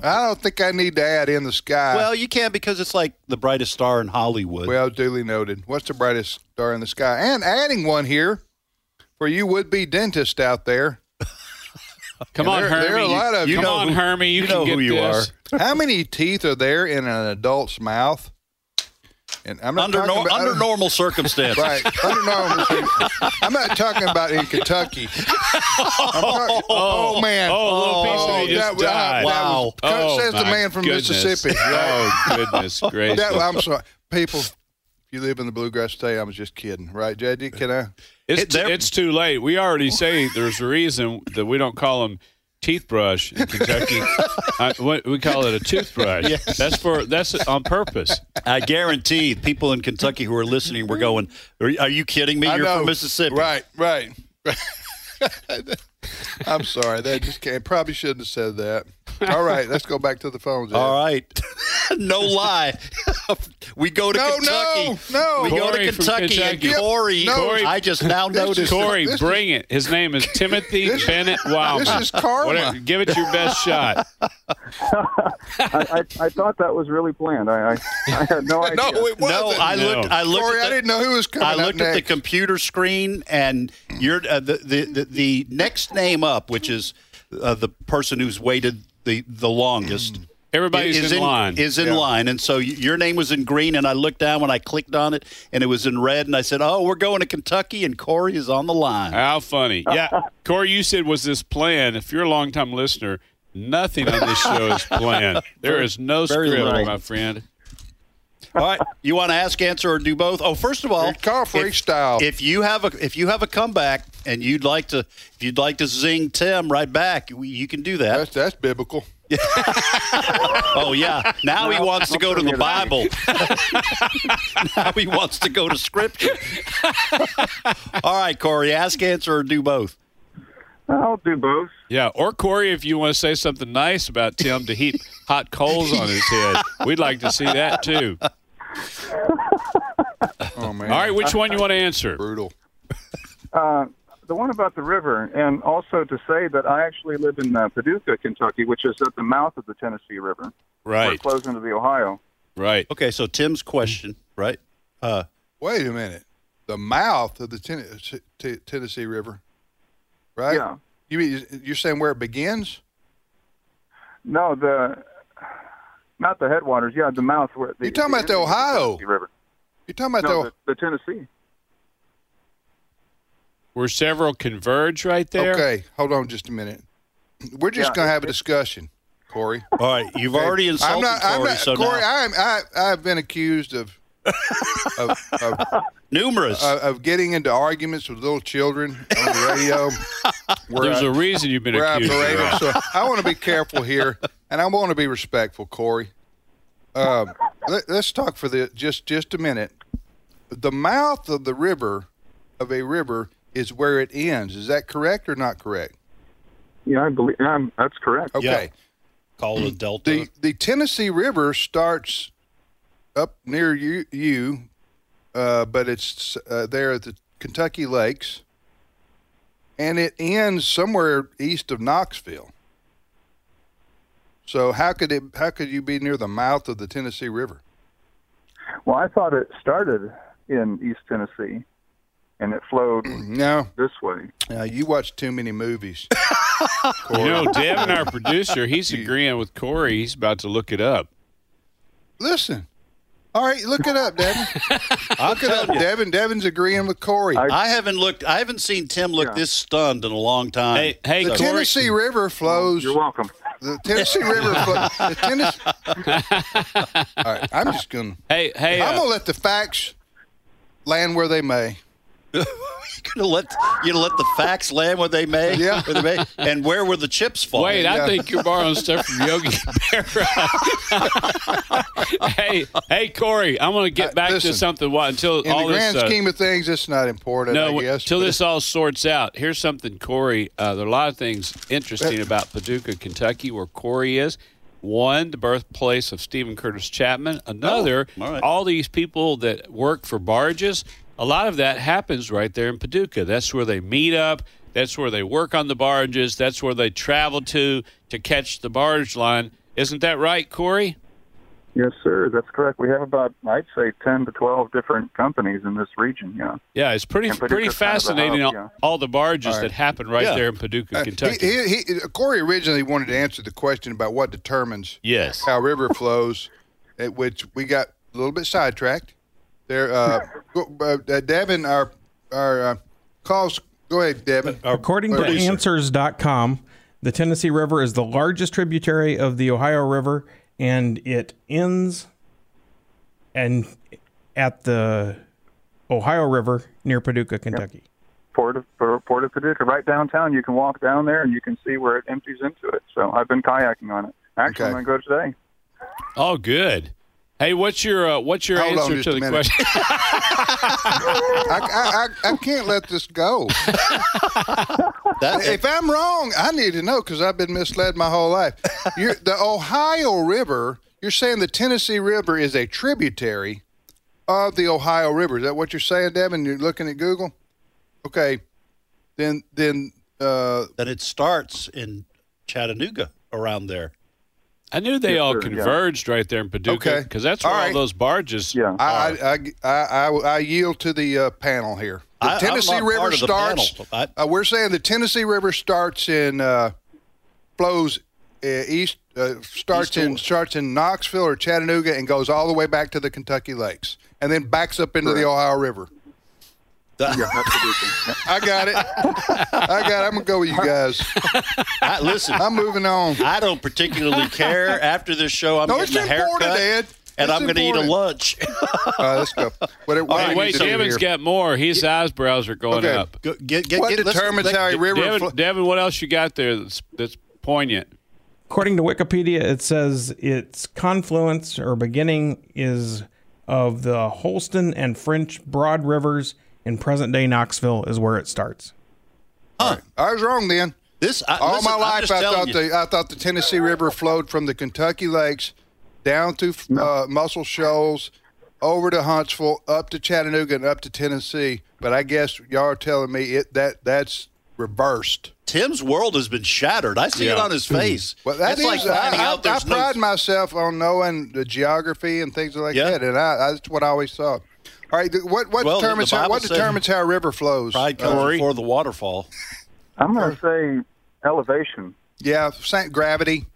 yeah. I don't think I need to add in the sky.
Well, you can because it's like the brightest star in Hollywood.
Well, duly noted. What's the brightest star in the sky? And adding one here for you would be dentist out there.
Come
And
on,
there-
Hermie.
there are a lot of-
Come
you know
on,
who-
Hermie. You,
you
can
know
get
who you
this.
are.
How many teeth are there in an adult's mouth? And I'm not
Under
talking
nor-
about,
under normal circumstances.
right? Under normal circumstances. I'm not talking about in Kentucky. I'm talking- oh, man!
Oh, a little piece of me
that
just
was-
died.
that was-
Oh,
says the
my
man from
goodness.
Mississippi.
Oh, goodness gracious.
That- I'm sorry, people. If you live in the bluegrass state, I was just kidding, right, JD? Can I?
It's, it's too late. We already say there's a reason that we don't call them teeth brush in Kentucky. I, what, we call it a toothbrush. That's for that's on purpose.
I guarantee people in Kentucky who are listening were going, "Are, are you kidding me?
I
You're
know.
from Mississippi,
right? Right. I'm sorry. That just can't. Probably shouldn't have said that. All right, let's go back to the phones. Ed.
All right. no lie. we go to
No,
Kentucky.
no, no.
We go to
Corey from
Kentucky,
Kentucky.
and Corey,
Yep. No.
I just now
This is-
noticed.
Corey, bring it. His name is Timothy Bennett Wilder.
this is karma.
Whatever, give it your best shot.
I, I, I thought that was really planned. I, I, I had no idea.
no, it wasn't. No, I looked. I looked.
Corey,
at
I
the-
didn't know who was coming
I
up
looked at the
next.
computer screen, and you're uh, the, the the the next name up, which is uh, the person who's waited the the longest.
Hmm.
Everybody's
is
in line.
Is in
Yeah.
line, and so y- your name was in green, and I looked down when I clicked on it, and it was in red, and I said, "Oh, we're going to Kentucky," and Corey is on the line.
How funny. Yeah. Corey, you said was this planned? If you're a longtime listener, nothing on this show is planned. There is no
Very
script,
right.
my friend.
All right, you want to ask, answer, or do both? Oh, first of all,
call freestyle.
If, if you have a if you have a comeback and you'd like to if you'd like to zing Tim right back, you- you can do that.
That's that's biblical.
oh yeah, now he
No,
wants to
I'll
go to
bring
the
it back.
Bible. now he wants to go to Scripture. all right, Corey, ask, answer, or do both.
I'll do both.
Yeah, or Corey, if you want to say something nice about Tim to heap hot coals on his head, we'd like to see that too.
Oh man!
All right, which one you want to answer?
Brutal.
Uh, the one about the river, and also to say that I actually live in uh, Paducah, Kentucky, which is at the mouth of the Tennessee River. We're
Right,
close into the Ohio.
right.
Okay, so Tim's question, right? Uh,
Wait a minute. The mouth of the Ten- T- Tennessee River, right?
Yeah.
You mean you're saying where it begins?
No, the not the headwaters. Yeah, the mouth. Where the,
You're talking about the
ending of
Ohio.
Tennessee River.
You're talking about
no,
the,
the, the Tennessee.
Where several converge right there.
Okay, hold on just a minute. We're just
Yeah.
gonna have a discussion, Corey.
all right, you've
Okay.
already insulted
I'm not,
Corey,
I'm not,
so
Corey,
now
I'm, I, I've been accused of of, of,
numerous.
of of getting into arguments with little children on the radio. where
There's
I-
a reason you've been
where I
accused. of
paraded.
that.
So I want to be careful here, and I want to be respectful, Corey. Um, let, us talk for the just just a minute. The mouth of the river, of a river, is where it ends. Is that correct or not correct?
Yeah, I believe um, that's correct.
Okay.
Call it a delta.
The the Tennessee River starts up near you, you uh, but it's uh, there at the Kentucky Lakes, and it ends somewhere east of Knoxville. So how could it? How could you be near the mouth of the Tennessee River?
Well, I thought it started in East Tennessee, and it flowed
No,
this way.
Now, you watch too many movies.
You know, Devin, our producer, he's agreeing with Corey. He's about to look it up.
Listen. All right, look it up, Devin.
I'm
Look it up,
telling you.
Devin. Devin's agreeing with Corey.
I haven't looked. I haven't seen Tim look this stunned in a long time.
Hey, hey,
the
Corey.
Tennessee River flows.
You're welcome.
The Tennessee River. Flo- the Tennessee. All right, I'm just gonna.
Hey, hey,
I'm
uh,
gonna let the facts land where they may.
you gonna let you gonna let the facts land where they may,
Yeah.
where they may, and where were the chips fall?
uh, wait. I
yeah.
think you're borrowing stuff from Yogi Berra. hey, hey, Corey. I'm going to get
Uh,
back
listen.
to something. Why until
In
all
the grand
this uh,
scheme of things, it's not important.
No,
I guess.
until
but
this all sorts out. Here's something, Corey. Uh, there are a lot of things interesting about Paducah, Kentucky, where Corey is. One, the birthplace of Stephen Curtis Chapman. Another,
Oh, all right.
all these people that work for barges. A lot of that happens right there in Paducah. That's where they meet up. That's where they work on the barges. That's where they travel to to catch the barge line. Isn't that right, Corey?
Yes, sir. That's correct. We have about, I'd say, 10 to 12 different companies in this region. Yeah.
Yeah, it's pretty
And Paducah's
pretty
kind of a hub,
fascinating. all-
yeah.
All the barges
All right.
that happen right
Yeah.
there in Paducah,
he,
Kentucky.
he, he, Corey originally wanted to answer the question about what determines
yes.
how a river flows, at which we got a little bit sidetracked. There, uh, go- uh, Devin, our our uh, calls. Go ahead, Devin.
According to
Producer.
Answers.com, the Tennessee River is the largest tributary of the Ohio River, and it ends and at the Ohio River near Paducah, Kentucky.
Port of Port Port of Paducah, right downtown. You can walk down there and you can see where it empties into it. So I've been kayaking on it. Actually, I'm going to go today.
Oh, good. Hey, what's your uh, what's your
Hold on
answer
just
to
a
the
minute.
question?
I, I, I, I can't let this go. if I'm wrong, I need to know because I've been misled my whole life. You're, the Ohio River, you're saying the Tennessee River is a tributary of the Ohio River. Is that what you're saying, Devin? You're looking at Google? Okay. Then, then, uh,
then it starts in Chattanooga around there.
I knew they
Yes,
all
sir, yeah.
converged right there in Paducah because that's where
All
all,
right.
those barges.
Yeah.
I, I, I, I, I yield to the uh, panel here. The
I- I'm
Tennessee
not
River
part of the
starts.
panel.
uh, we're saying the Tennessee River starts in uh, flows uh, east, uh, starts in starts in Knoxville or Chattanooga, and goes all the way back to the Kentucky Lakes, and then backs up into the Ohio River. I got it. I got. It. I'm gonna go with you guys.
I, listen,
I'm moving on.
I don't particularly care. After this show, I'm
No, it's
getting a haircut,
important, Ed.
and
It's
I'm going to eat a
important.
lunch.
let's go. What it,
Hey, wait, Devin's got more. His eyebrows are going
Okay.
up.
Go- get- get-
What get- let's- determines let- how a
De-
river
Devin,
flo-
Devin, what else you got there that's, that's poignant?
According to Wikipedia, it says its confluence or beginning is of the Holston and French Broad Rivers in present day Knoxville, is where it starts.
I was wrong then.
This
all
listen,
my
I'm
life
just
I
telling
thought
you.
the I thought the Tennessee River flowed from the Kentucky Lakes down through uh, Muscle Shoals, over to Huntsville, up to Chattanooga, and up to Tennessee. But I guess y'all are telling me it that that's reversed.
Tim's world has been shattered. I see it
Yeah. Hmm.
on his face.
Well, that
That's
is- uh,
like finding
I, I-
out
I,
there's no-
pride myself on knowing the geography and things like that, and I, I, that's what I always thought. All right, th- what what
Well, the
determines how,
Bible
what
said-
determines how a river flows? Uh,
Pride comes before the waterfall.
I'm going to say elevation.
Yeah, same gravity,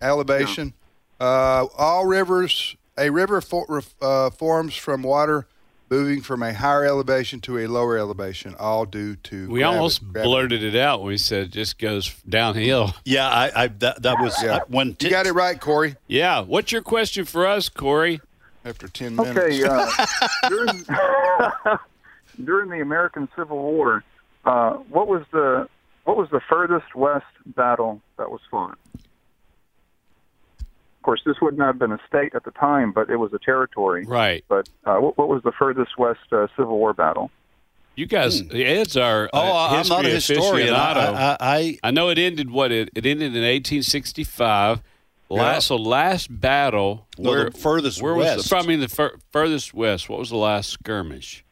elevation. Uh, all rivers, a river for, ref- uh, forms from water moving from a higher elevation to a lower elevation, all due to.
We
gravi-
almost
gravity.
blurted it out. when We said it just goes downhill.
Yeah, I, I that, that was
Yeah.
I- when
You got it right, Corey.
Yeah. What's your question for us, Corey?
After 10
Okay, uh, during, during the American Civil War, uh, what was the what was the furthest west battle that was fought? Of course, this would not have been a state at the time, but it was a territory.
Right.
But uh, what, what was the furthest west uh, Civil War battle?
You guys, Ed's our.
Oh,
uh,
I- I'm not a
history
historian. I-
aficionado.
I-
I know it ended what it, it ended in 1865. Last so last battle.
No, the furthest
where Was
west.
the, I mean the fur, furthest west. What was the last skirmish?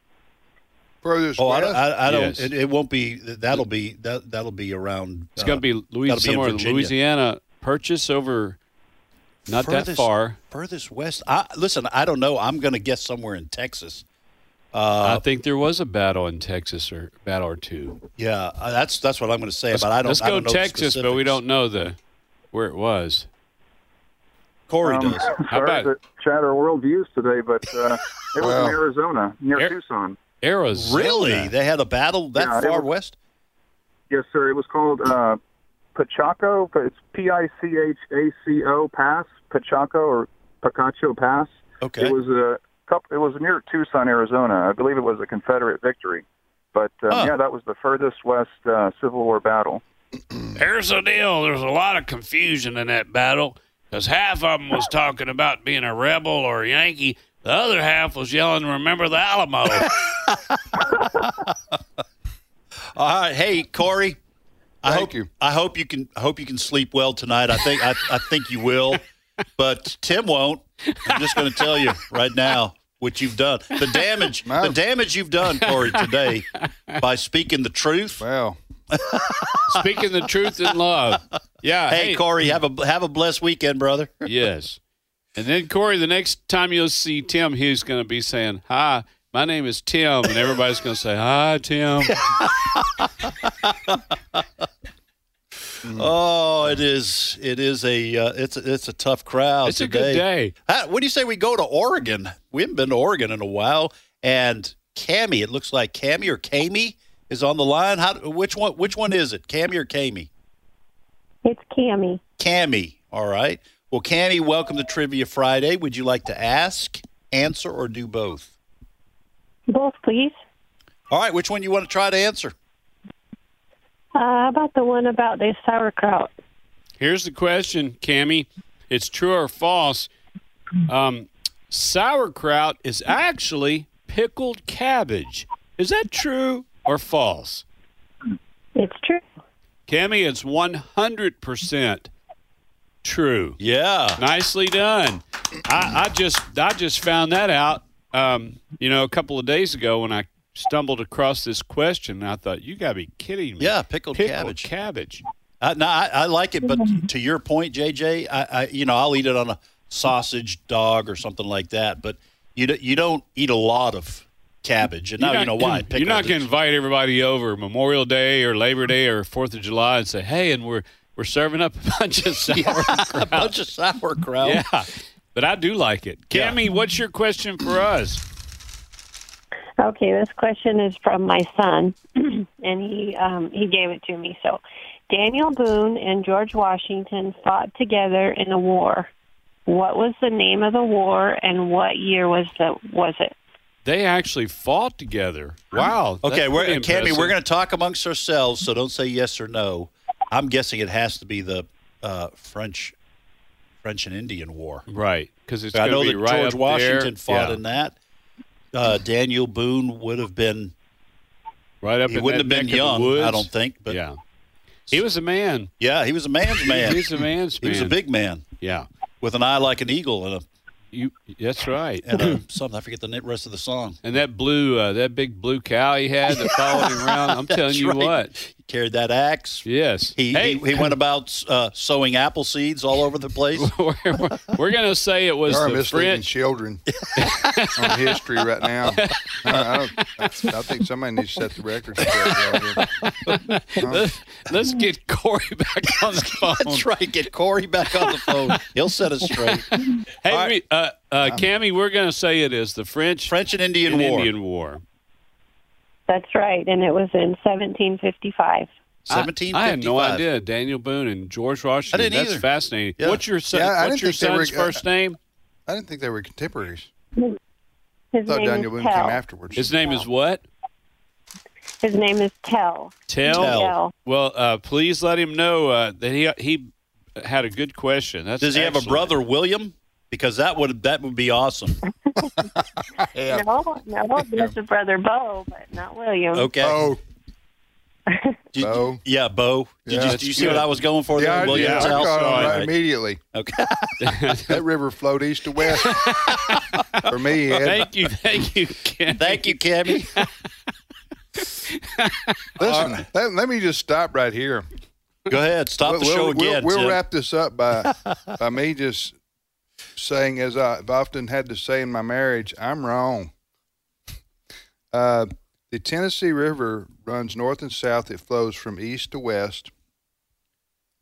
Furthest
Oh, I don't. I, I don't
Yes.
it, it won't be. That'll be. That, that'll be around. uh,
It's going to be Louisiana, somewhere in Louisiana Purchase over not that
Furthest-
far.
Furthest west. I, listen, I don't know. I'm going to guess somewhere in Texas. Uh,
I think there was a battle in Texas or battle or two.
Yeah, uh, that's that's what I'm going to say. but I don't.
Let's
I
go
don't know the
Texas, but we don't know the where it was.
Corey
Um,
does.
How
sorry
about-
to shatter worldviews today, but uh, it was
Well.
in Arizona near Tucson.
Arizona.
Really? They had a battle that
Yeah, it
far
was-
west?
Yes, sir. It was called uh, Pachaco. but It's P I C H A C O Pass, Pachaco or Pacacho Pass.
Okay.
It was a couple. It was near Tucson, Arizona. I believe it was a Confederate victory. But um, yeah, that was the furthest west uh, Civil War battle.
Here's the deal there's a lot of confusion in that battle because half of them was talking about being a rebel or a Yankee, the other half was yelling, Remember the Alamo.
All right. Hey, Corey. I
Thank
hope you. I hope you can. I hope you can sleep well tonight. I think. I, I think you will, but Tim won't. I'm just going to tell you right now what you've done. The damage. The damage you've done, Corey, today by speaking the truth.
Wow.
Speaking the truth in love. Yeah.
Hey, Corey, have a have a blessed weekend, brother.
Yes. And then Corey, the next time you'll see Tim, he's going to be saying, "Hi, my name is Tim," and everybody's going to say, "Hi, Tim."
Oh, it is. It is a. Uh, it's a, it's a tough crowd.
It's a
today.
good day.
Ah, what do you say we go to Oregon? We haven't been to Oregon in a while. And Cammy, it looks like Cammy or Cammy is on the line. How? Which one? Which one is it? Cammy or Cammy?
It's Cammy.
Cammy. All right. Well, Cammy, welcome to Trivia Friday. Would you like to ask, answer, or do both?
Both, please.
All right. Which one you want to try to answer?
Uh, about the one about the sauerkraut.
Here's the question, Cammy. It's true or false. Um, sauerkraut is actually pickled cabbage. Is that true or false?
It's true.
Cammy, it's 100% true.
Yeah.
Nicely done. I, I just I just found that out, um, you know, a couple of days ago when I stumbled across this question. And I thought, you got to be kidding me.
Yeah, pickled,
Pickled
cabbage.
cabbage.
Uh, no, I, I like it, but to your point, JJ, I, I you know I'll eat it on a sausage, dog, or something like that. But you do, you don't eat a lot of cabbage, and now
You're
you know
not
why.
gonna- You're not going to invite everybody over Memorial Day or Labor Day or Fourth of July and say, "Hey, and we're we're serving up a bunch of sauerkraut."
a bunch of sauerkraut.
yeah, but I do like it. Cammy, what's your question for us?
Okay, this question is from my son, and he um, he gave it to me. So, Daniel Boone and George Washington fought together in a war. What was the name of the war, and what year was the was it?
They actually fought together. Wow.
Okay,
that's
we're,
pretty
Cammy,
impressive.
we're going to talk amongst ourselves, so don't say yes or no. I'm guessing it has to be the uh, French, French and Indian War.
right because it's
I
going to
know
be
that
right up
George
there.
Washington fought
Yeah,
in that. Uh, Daniel Boone would have been.
right up.
He
in
wouldn't
that neck
have been
of the
young, I
woods.
don't think. But
yeah, he was a man.
yeah, he was a man's man.
He was a man's
He was a
man.
big man
Yeah,
with an eye like an eagle and a
you. That's right.
and uh, something. I forget the net- rest of the song.
And that blue, uh, that big blue cow he had that followed him around. I'm
That's
telling you
right.
what.
He carried that axe.
Yes.
He,
Hey.
he, he went about uh, sowing apple seeds all over the place.
we're we're going to say it was
There are
the
misleading
French.
children on history right now. I, I don't, I think somebody needs to set the record straight.
Let's, let's get Corey back on the phone.
That's right. Get Corey back on the phone. He'll set us straight.
Hey, we- uh, uh, Cammy, we're going to say it is the French
Um, French and Indian
and
War.
Indian War.
That's right, and it was in 1755.
I- I, had no
1755.
idea. Daniel Boone and George Washington.
I didn't
That's
either.
fascinating.
Yeah.
What's your son,
Yeah, I
What's
didn't
your
think they were-
son's
uh,
first name?
I didn't think they were contemporaries. I
His
thought
name
Oh, Daniel Boone
is
came
Tell.
afterwards.
His name is what?
His name is Tell.
Tell.
Tell.
Well, uh, please let him know uh, that he he had a good question. That's
Does he have a
excellent.
brother, William? Because that would that would be awesome.
No, no, there's a brother Bo, but not William.
Okay.
Oh,
Did-
Bo.
Yeah, Bo. Did
Yeah,
you, did you
that's
see what
good.
I was going for
Yeah,
there,
I,
William?
yeah, I
Tell?
caught on
Sorry.
right immediately.
Okay.
That river flowed east to west for me. Ed.
Thank you, thank you, Ken.
Thank you, Cammy.
Listen, let, let me just stop right here.
Go ahead. Stop the show again.
We'll,
Tim.
wrap this up by by me just saying, as I've often had to say in my marriage, I'm wrong. Uh, the Tennessee River runs north and south. It flows from east to west,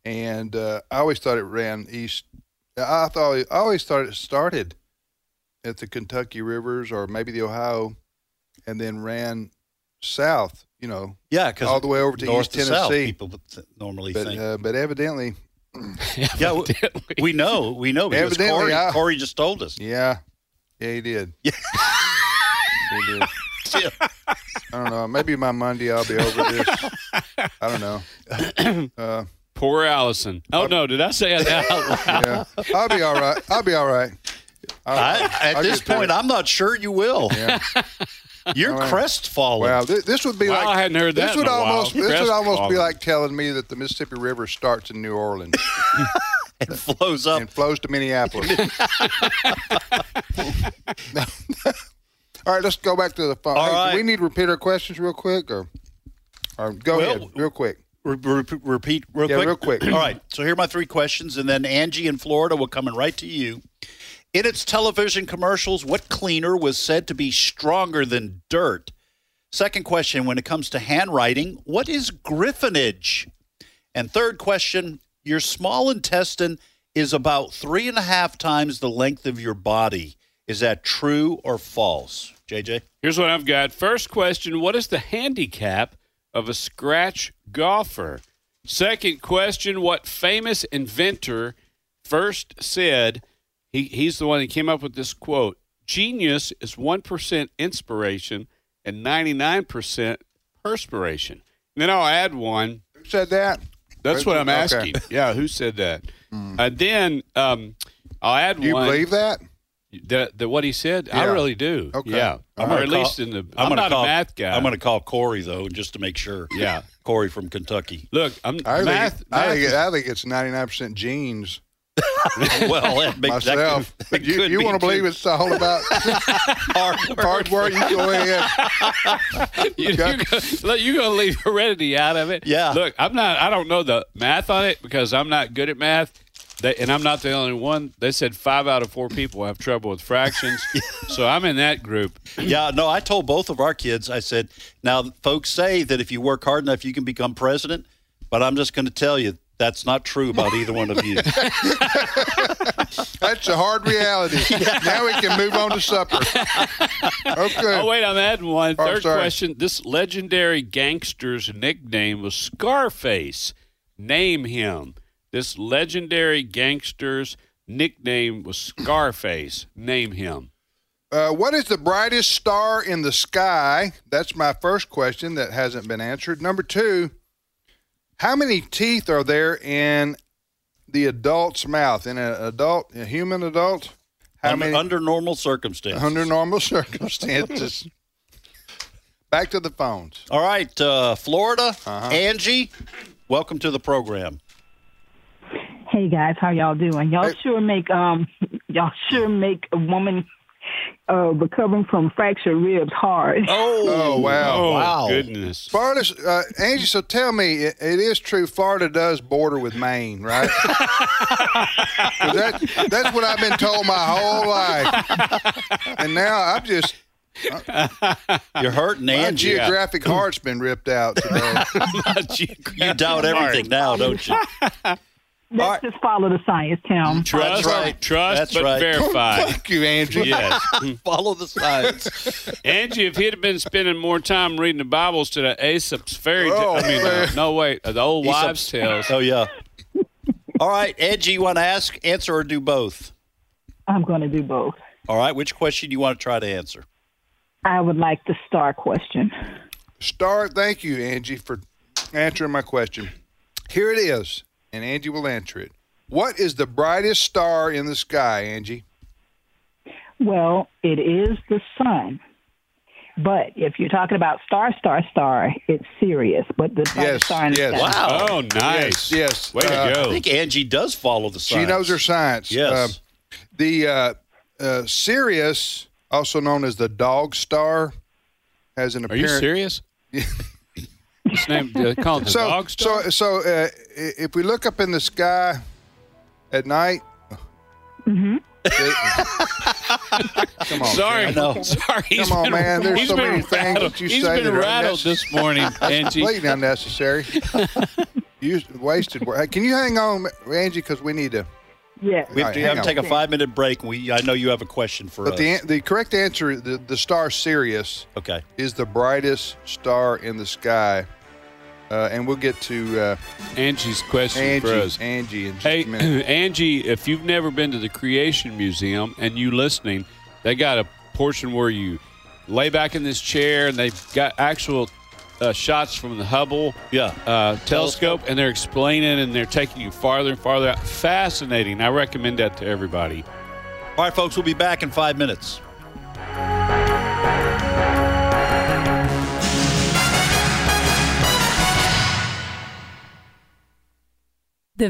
and uh, I always thought it ran east. I thought I always thought it started at the Kentucky rivers or maybe the Ohio, and then ran south. You know,
Yeah, because
all the way over to
north
East
to south,
Tennessee.
people would th- normally
but
think.
uh, but evidently
yeah, we, we know, we know because
Evidently,
Corey,
I-
Corey just told us.
Yeah. Yeah, he did. Yeah. he did.
Yeah.
I don't know. Maybe by Monday I'll be over this. I don't know. Uh,
Poor Allison. Oh no, did I say it out loud?
yeah. I'll be all right. I'll be all right. I'll-
I, at
I'll
this
get through
point,
it.
I'm not sure you will.
Yeah.
You're
All right.
crestfallen.
Wow, this, this would be
Wow,
like
I hadn't heard
this
that
would
in a while.
almost this would almost be
Crestfallen.
like telling me that the Mississippi River starts in New Orleans
It flows up.
and flows to Minneapolis. all right, let's go back to the phone.
All
Hey,
right.
Do we need to repeat our questions real quick, or, or go
Well,
ahead real quick.
Re- re- repeat real
Yeah,
quick.
real quick.
All right. So here are my three questions, and then Angie in Florida will coming right to you. In its television commercials, what cleaner was said to be stronger than dirt? Second question: When it comes to handwriting, what is griffinage? And third question your small intestine is about three and a half times the length of your body. Is that true or false? JJ?
Here's what I've got. First question What is the handicap of a scratch golfer? Second question What famous inventor first said, he, he's the one that came up with this quote Genius is 1% inspiration and 99% perspiration. And then I'll add one.
Who said that?
That's what I'm
Okay.
asking. Yeah, who said that?
Hmm.
Uh, then um, I'll add
Do you
one.
believe that?
The, the, what he said? I
Yeah.
really do.
Okay.
Yeah.
I'm
or
gonna
at
call-
least in the.
I'm
I'm,
gonna
not
call-
a math guy.
I'm going to call Corey, though, just to make sure.
Yeah.
Corey from Kentucky.
Look, I'm
I think,
math.
I,
math
think
is-
I think it's 99% genes.
Well, that makes- that
myself.
could-
but
that
you,
could
you
be
want to
true.
believe it's all about
hard,
hard work? You go ahead.
you, you go, look, you're going to leave heredity out of it.
Yeah.
Look, I'm not. I don't know the math on it because I'm not good at math. They, and I'm not the only one. They said five out of four people have trouble with fractions. so I'm in that group.
yeah, no, I told both of our kids, I said, now, folks say that if you work hard enough, you can become president, but I'm just going to tell you that's not true about either one of you.
That's a hard reality. Now we can move on to supper. Okay.
Oh wait, I'm adding one.
Oh,
Third
sorry.
question. This legendary gangster's nickname was Scarface. Name him. This legendary gangster's nickname was Scarface. Name him.
Uh, what is the brightest star in the sky? That's my first question that hasn't been answered. Number two, how many teeth are there in the adult's mouth? In an adult, a human adult? How
under,
many?
under normal circumstances.
Under normal circumstances. Back to the phones.
All right, uh, Florida,
Uh-huh.
Angie, welcome to the program.
Hey guys, how y'all doing? Y'all sure make um y'all sure make a woman uh recovering from fractured ribs hard.
Oh,
Oh, wow.
Oh, goodness.
Florida, uh, Angie, so tell me, it, it is true Florida does border with Maine, right? 'Cause that, that's what I've been told my whole life. And now I'm just,
You're hurting
my
Angie.
geographic heart's been ripped out today.
You doubt everything now, don't you?
Let's just follow the science,
Mm-hmm.
Tim.
Trust, Trust,
That's
but
right.
verify.
Fuck you, Angie.
Yes.
Follow the science.
Angie, if he'd have been spending more time reading the Bibles to the Aesop's fairy tale,
Oh,
I mean, uh,
man.
no, wait, uh, the old
Aesop's-
wives' tales.
Oh yeah. All right, Angie, you want to ask, answer, or do both?
I'm gonna do both.
All right, which question do you want to try to answer?
I would like the star question.
Star, thank you, Angie, for answering my question. Here it is, and Angie will answer it. What is the brightest star in the sky, Angie?
Well, it is the sun. But if you're talking about star, star, star, it's Sirius. But the brightest star in the sky.
Wow.
Oh, nice.
Yes. yes.
Way to
Uh,
go.
I think Angie does follow the science.
She knows her science.
Yes.
Um, the uh, uh, Sirius, also known as the dog star, has an
Are you
appearance.
serious? His name, uh, call it the
so,
dog star?
so, so uh, i- if we look up in the sky at night,
Mm-hmm.
come on.
Sorry,
man.
sorry. he's
Come on,
been-
man. There's
he's
so
been
many things
rattled.
that you
He's
say
been
that are
rattled
unnecessary.
this morning,
That's
Angie.
completely unnecessary. you wasted work. Hey, Can you hang on, Angie? Because we need to.
Yeah.
We have to,
All right,
have to
hang
take a
on.
five minute break. We I know you have a question for
But
us.
the an- the correct answer, the, the star Sirius,
okay.
is the brightest star in the sky. Uh, and we'll get to uh,
Angie's question
Angie,
for us.
Angie in just
Hey,
a minute.
Angie, if you've never been to the Creation Museum and you listening, they got a portion where you lay back in this chair and they've got actual uh, shots from the Hubble
Yeah.
uh, telescope and they're explaining and they're taking you farther and farther out. Fascinating. I recommend that to everybody.
All right, folks, we'll be back in five minutes.
The